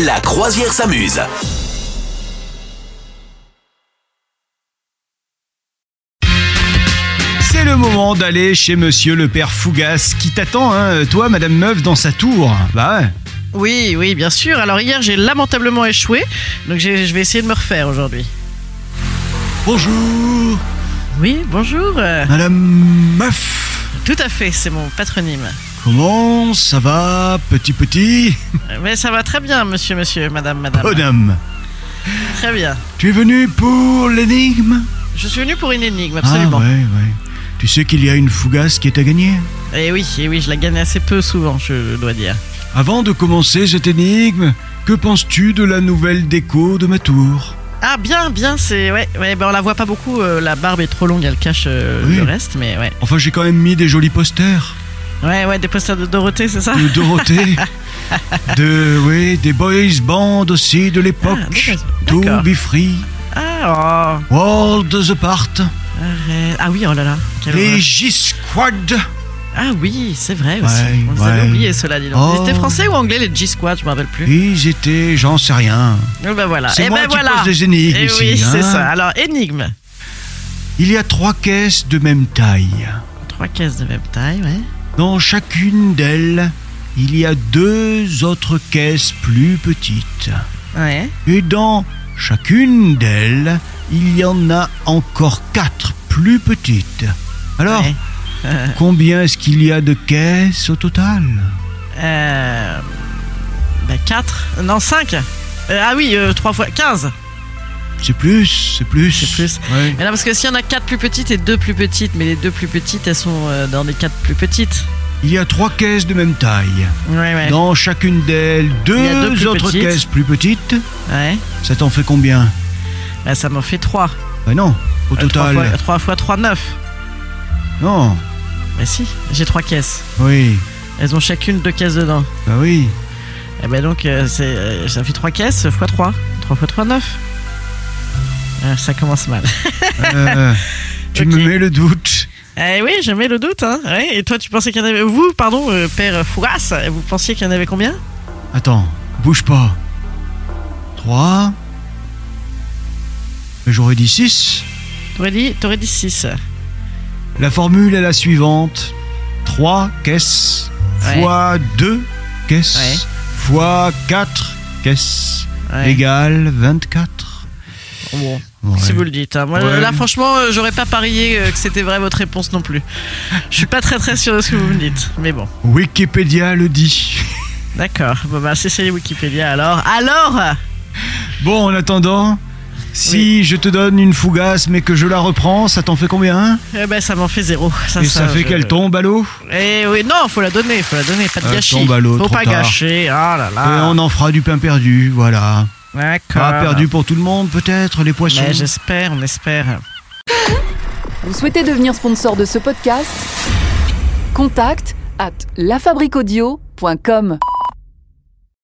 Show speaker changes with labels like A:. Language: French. A: La croisière s'amuse.
B: C'est le moment d'aller chez monsieur le père Fougas qui t'attend, hein, toi, madame Meuf, dans sa tour. Bah ouais.
C: Oui, oui, bien sûr. Alors hier, j'ai lamentablement échoué, donc j'ai- je vais essayer de me refaire aujourd'hui.
B: Bonjour,
C: Oui, bonjour. euh,
B: madame Meuf.
C: Tout à fait, c'est mon patronyme.
B: Comment ça va, petit petit
C: Euh, Mais ça va très bien, monsieur, monsieur, madame, madame.
B: Bonhomme,
C: Très bien.
B: tu es venu pour l'énigme
C: Je suis venu pour une énigme, absolument.
B: Ah ouais, ouais. Tu sais qu'il y a une fougasse qui est à gagner
C: Et Eh oui, et oui, je la gagne assez peu souvent, je dois dire.
B: Avant de commencer cette énigme, que penses-tu de la nouvelle déco de ma tour
C: Ah bien, bien, c'est ouais, ouais. Ben on la voit pas beaucoup. euh, la barbe est trop longue, elle cache euh,
B: Oui.
C: le reste, mais ouais,
B: Enfin, j'ai quand même mis des jolis posters.
C: ouais, ouais. Des posters de Dorothée, c'est ça
B: de Dorothée, de oui, des boys bands aussi de
C: Ah,
B: l'époque, To
C: d'accord, d'accord.
B: Be Free,
C: Ah, oh,
B: World Apart,
C: arrête. ah oui, oh là là. quelle
B: les
C: horreur.
B: G-Squad.
C: Ah oui, c'est vrai aussi.
B: Ouais,
C: on les avait
B: ouais.
C: oubliés cela, dis donc. Ils
B: Oh.
C: étaient français ou anglais les G-Squad, je me rappelle plus.
B: Ils étaient, j'en sais rien.
C: Eh ben voilà.
B: C'est
C: Eh
B: moi
C: ben
B: qui
C: voilà.
B: pose des énigmes
C: Eh
B: ici,
C: oui, c'est
B: hein.
C: ça. Alors énigme.
B: Il y a trois caisses de même taille.
C: Trois caisses de même taille, ouais.
B: Dans chacune d'elles, il y a deux autres caisses plus petites.
C: Ouais.
B: Et dans chacune d'elles, il y en a encore quatre plus petites. Alors,
C: Ouais.
B: combien est-ce qu'il y a de caisses au total
C: Euh... Ben 4 Non 5 Ah oui, 3 fois 15
B: C'est plus, c'est plus.
C: C'est plus.
B: Ouais.
C: Mais non, parce que s'il y en a 4 plus petites et 2 plus petites, mais les 2 plus petites, elles sont euh, dans les 4 plus petites.
B: Il y a trois caisses de même taille.
C: Ouais, ouais.
B: Dans chacune d'elles,
C: y a
B: deux,
C: deux plus
B: autres
C: petites.
B: caisses plus petites.
C: Ouais.
B: Ça t'en fait combien
C: Ben, ça m'en fait 3.
B: Ben non, au total.
C: 3 Euh, fois 3, 9.
B: Non,
C: Ben si, j'ai 3 caisses.
B: oui,
C: Elles ont chacune 2 caisses dedans.
B: bah oui.
C: Et ben donc, euh, c'est, euh, ça fait 3 caisses x 3. 3 x 3, 9. Ah, ça commence mal.
B: Euh, tu me
C: Ok.
B: mets le doute.
C: Eh oui, je mets le doute. Hein. Ouais, Et toi, tu pensais qu'il y en avait. Vous, pardon, euh, père Fouras, vous pensiez qu'il y en avait combien
B: Attends, bouge pas. 3. J'aurais dit 6.
C: T'aurais dit, t'aurais dit 6.
B: La formule est la suivante 3 caisses
C: Ouais.
B: fois 2 caisses
C: Ouais.
B: fois 4 caisses
C: Ouais.
B: égale 24.
C: Bon,
B: Ouais.
C: si vous le dites. hein. Moi,
B: Ouais.
C: là, franchement, euh, j'aurais pas parié euh, que c'était vrai votre réponse non plus. Je suis pas très très sûr de ce que vous me dites. Mais bon,
B: Wikipédia le dit.
C: d'accord. Bon, bah, c'est c'est Wikipédia alors. Alors
B: Bon, en attendant, si je te donne une fougasse mais que je la reprends, ça t'en fait combien hein
C: Eh ben, ça m'en fait zéro. Ça,
B: Et ça, fait
C: je-
B: qu'elle tombe à l'eau
C: Eh oui, non, faut la donner, faut la donner, pas de
B: Elle
C: gâchis.
B: Euh, tombe à l'eau,
C: faut
B: trop
C: pas
B: tard.
C: gâcher. Ah là
B: Et
C: là.
B: on en fera du pain perdu, voilà.
C: D'accord.
B: Pas perdu pour tout le monde peut-être, les poissons.
C: Mais j'espère, on espère.
D: Vous souhaitez devenir sponsor de ce podcast Contact à lafabriquaudio.com.